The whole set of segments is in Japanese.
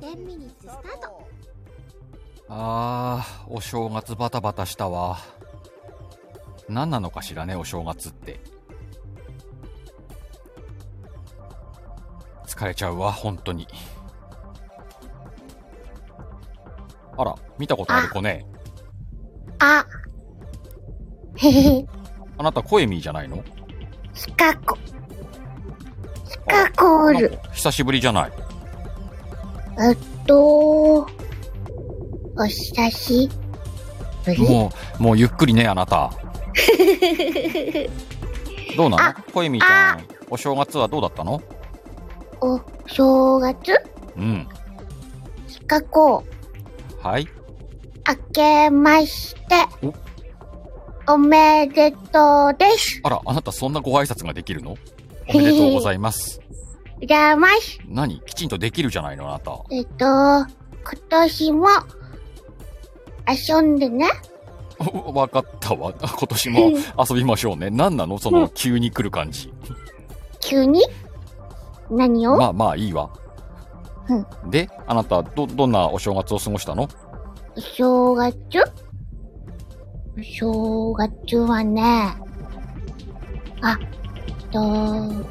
10ミニススタートあー、お正月バタバタしたわ。何なのかしらね、お正月って。疲れちゃうわ、本当に。あら、見たことある子ね。あへへへあなた、コエミーじゃないのヒカコヒカコおるなんか久しぶりじゃない。えっとお久しぶりもう、もうゆっくりね、あなた。どうなあのコエミーちゃん、お正月はどうだったのお正月うん。ヒカコはい。明けましておおめでとうですあら、あなたそんなご挨拶ができるのおめでとうございます。おざいます何きちんとできるじゃないのあなた。 えっと今年も遊んでねおわかったわ。 今年も遊びましょうね。何なのその急に来る感じ。急に何を、まあまあいいわ。で、あなた、ど、どんなお正月を過ごしたのお正月お正月はね、あ、えっと、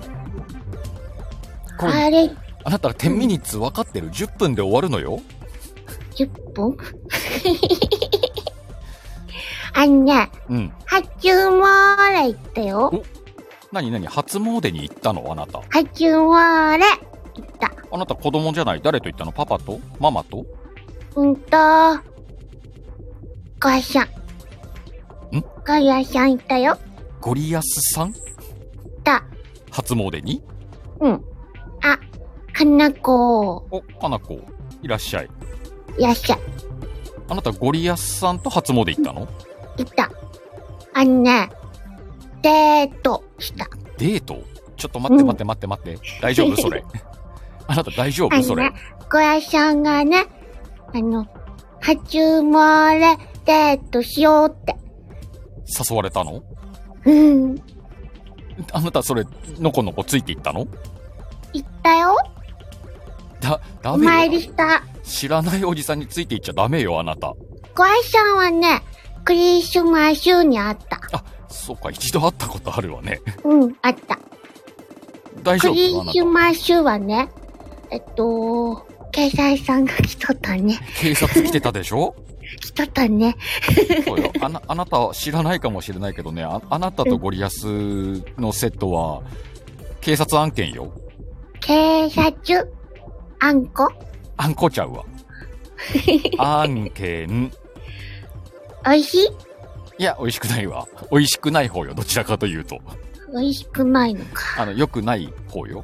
これあれ、あなた、10ミニッツ分かってる ?10 分で終わるのよ10本 あのね、うん。初詣行ったよ。何何初詣に行ったのあなた。初詣行った。あなた子供じゃない誰と行ったのパパとママとうんと、ガヤさん。んガヤさん行ったよ。ゴリアスさん行った。初詣にうん。あ、かなこ、お、かなこ、いらっしゃい。いらっしゃい。あなたゴリアスさんと初詣行ったの行った。あのね、デートした。デートちょっと待ってうん待って待って待って。大丈夫 それ。あなた大丈あ夫そのれね。、小屋さんがね、あの、初詣デートしようって。 誘われたのうん。あなたそれ、のこのこついていったの行ったよ。だ、ダおメ参より。した。知らないおじさんについていっちゃダメよ、あなた。小屋さんはね、クリスマスにあった。あ、そうか、一度会ったことあるわね。うん、あった。大丈ク夫リあなスた。マスはね、えっと、警察さんが来とったね。警察来てたでしょ来とったね。そうよ。あな、あなたは知らないかもしれないけどね、ああなたとゴリアスのセットは、警察案件よ。警察、あんこ、あんこちゃ うわ。案件。おいしいいや、美味しくないわ。美味しくない方よ、どちらかというと。美味しくないのか。あの、良くない方よ。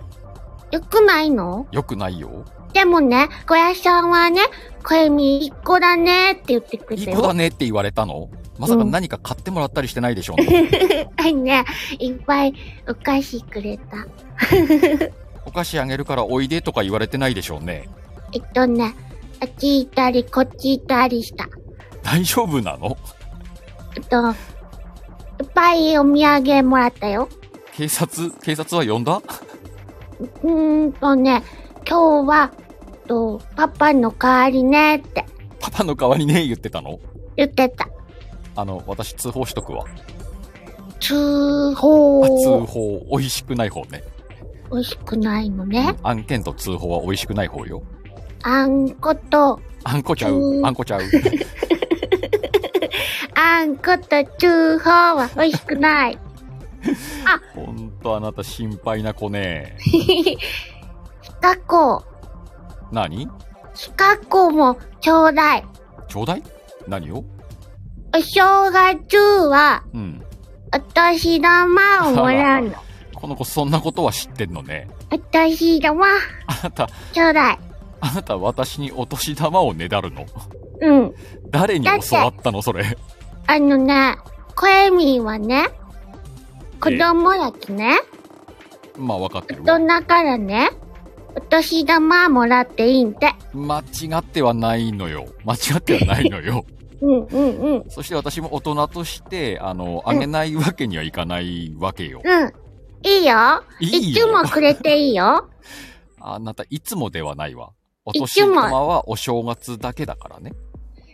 よくないの良くないよ。でもね、小屋さんはね、小指一個だねって言ってくれいいたよ。子だねって言われたのまさかうん何か買ってもらったりしてないでしょ うね。はいね、いっぱいお菓子くれた。お菓子あげるからおいでとか言われてないでしょうね。えっとね、あっち行ったり、こっち行ったりした。大丈夫なのえっと、いっぱいお土産もらったよ。警察、警察は呼んだうーんとね、今日は、えっと、パパの代わりねってパパの代わりね、言ってたの言ってた。あの、私通報しとくわ。通報あ、通報、美味しくない方ね。美味しくないのね。案件と通報は美味しくない方よ。あんこと、あんこちゃうう、んあんこちゃう。 あんこと通報は美味しくない。ほんとあなた心配な子ね。過去、何過去もちょうだい。ちょうだい何をお正月は、うん。お年玉をもらうの。この子そんなことは知ってんのね。お年玉、あなた、ちょうだい。あなた私にお年玉をねだるのうん。誰に教わったのそれ。あのね、コエミーはね、子供やきね、まあ分かってるわ大。人からね、お年玉もらっていいんで。間違ってはないのよ。間違ってはないの よ。うんうんうん。そして私も大人として、あの、あげないわけにはいかないわけよ。うん。いいよ。いいよつもくれていいよ。あなたいつもではないわ。お年玉はお正月だけだからね。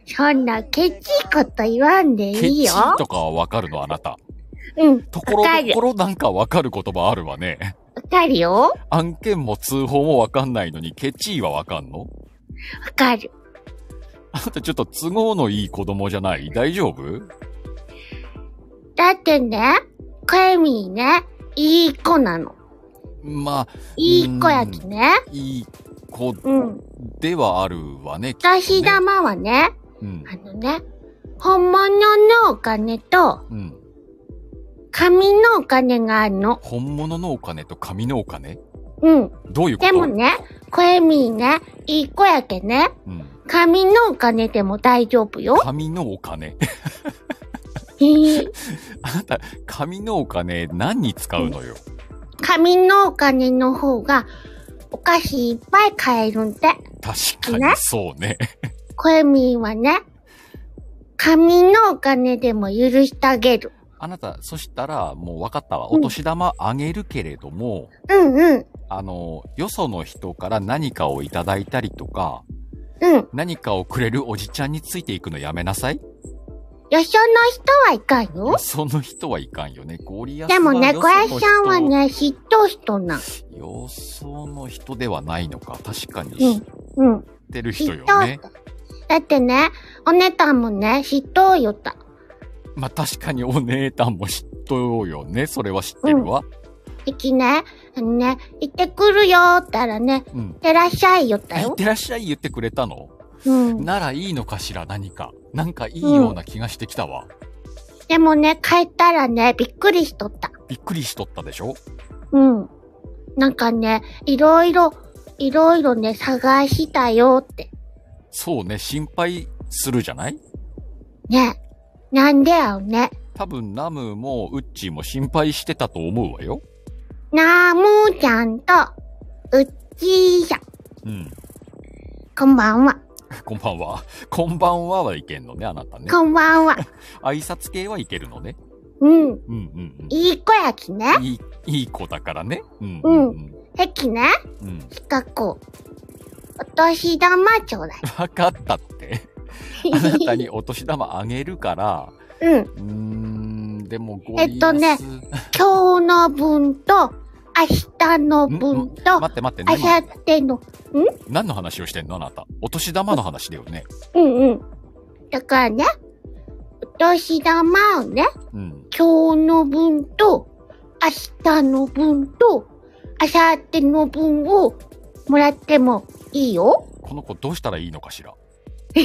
そんなケチいこと言わんでケいいチよ。とかはわかるの、あなた。うん。ところわかるどころなんかわかる言葉あるわね。わかるよ。わ案件も通報もわかんないのに、ケチはわかんのかる。あなたちょっと都合のいい子供じゃない大丈夫だってね、カエミーね、いい子なの。まあ、いい子やきね。いい子うん。ではあるわね。きっとおね年玉はね、うん。あのね、本物のお金と、うん。紙のお金があるの。本物のお金と紙のお金うん。どういうこでともね、コエミーね、いい子やけね、うん。紙のお金でも大丈夫よ。紙のお金。 へえあなた、紙のお金何に使うのよ。 紙のお金の方が、お菓子いっぱい買えるんで、確かねにそうね。 コエミーはね、紙のお金でも許してあげる。あなた、そしたら、もう分かったわ。うんお年玉あげるけれども、うんうん、あの、よその人から何かをいただいたりとか、うん。何かをくれるおじちゃんについていくのやめなさい。よその人はいかんよ。その人はいかんよね。ゴリアスでもね、は小林さんはよね、嫉妬人なん。その人。よその人ではないのか。確かにう知っんうん。てる人嫉よ妬ね。人。だってね、お姉たんもね、嫉妬よた。まあ、確かにお姉たんも知っとうよね。それは知ってるわ。いきね、あのね、行ってくるよーったらね、うん。いってらっしゃいよったあいっよ。てらっしゃい言ってくれたのうん。ならいいのかしら何か。なんかいいような気がしてきたわ。でもね、帰ったらね、びっくりしとった。びっくりしとったでしょうん。なんかね、いろいろ、いろいろね、探したよって。そうね、心配するじゃないね。なんでやろね。多分ナムもウッチーも心配してたと思うわよ。なーむーちゃんと、うっちーさん。うん。 こんばんは。こんばんは。こんばんははいけんのね、あなたね。こんばん は。挨拶系はいけるのね。うん。うんうんいい子やきね。うん。いい、いい子だからね。うんうん。へきね。うん。うん。ひかこ。お年玉ちょうだい。わかっ たって。あ なたにお年玉あげるから、うん。うーん、でもゴリアスえっとね今日の分と、明日の分と、待って待って、明何後日の、何の話をしてんのあなた。お年玉の話だよね。うんうん。だからね、お年玉をね、うん。今日の分と、明日の分と、明後日の分をもらってもいい よ。この子どうしたらいいのかしら。そ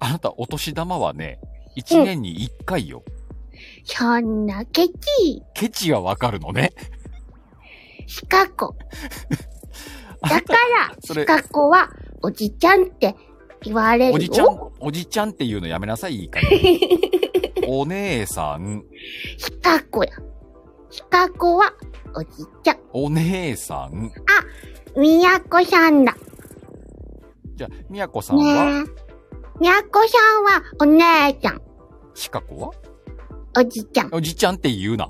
あなた、お年玉はね、一年に一回よ。んなケチ、ケチはわかるのね。シカコ。あだなかた、ら、それシカコはおじちゃんって言われるよ。おじちゃん、おじちゃんっていうのやめなさい、いいから。 お姉さん、シカコや。シカコはおじちゃん。お姉さん。みやこさんだ。じゃあ、みやこさんねは、え。みやこさんはお姉ちゃん。シカコはおじちゃん。おじちゃんって 言うな。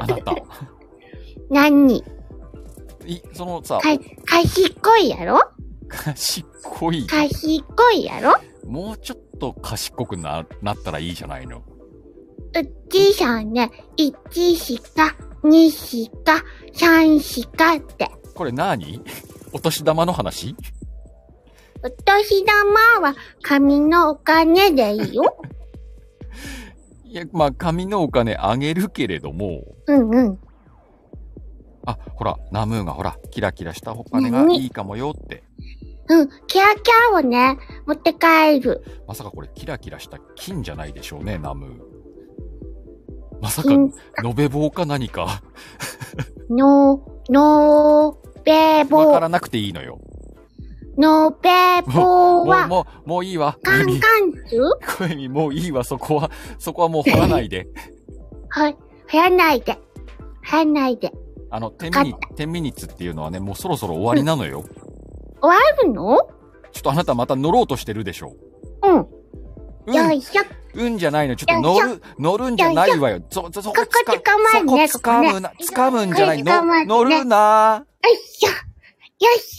あなた、何い、そのさ、か、賢いやろ賢い。賢いやろもうちょっと賢くな、なったらいいじゃないの。うっちーさんね、1しか、2しか、3しかって。これ何お年玉の話お年玉は紙のお金でいい よ。いや、まあ、紙のお金あげるけれども、うんうん。あ、ほら、ナムーがほら、キラキラしたお金が何いいかもよって。うん、キラキラをね、持って帰る。まさかこれ、キラキラした金じゃないでしょうね、ナムー。まさか、金延べ棒か何か、の、のーべわぼからなくていいのよ。のーべぼもう、は、もう、もういいわ。カン カンチュ小エミ、もういいわ、そこは、そこはもう掘らない で。はい、はやないで。はやないで。あの、10かっミニ、10ミニッツっていうのはね、もうそろそろ終わりなのよ。 あるのちょっとあなたまた乗ろうとしてるでしょうん。う。よういしょ。ん、うんじゃないの。ちょっと乗る、乗るんじゃないわよ。そ、そ、そこここつか捕まえるねそこ掴むな、ここね掴むんじゃないここ捕まえの。るね乗るなよいしょ。よいしょ。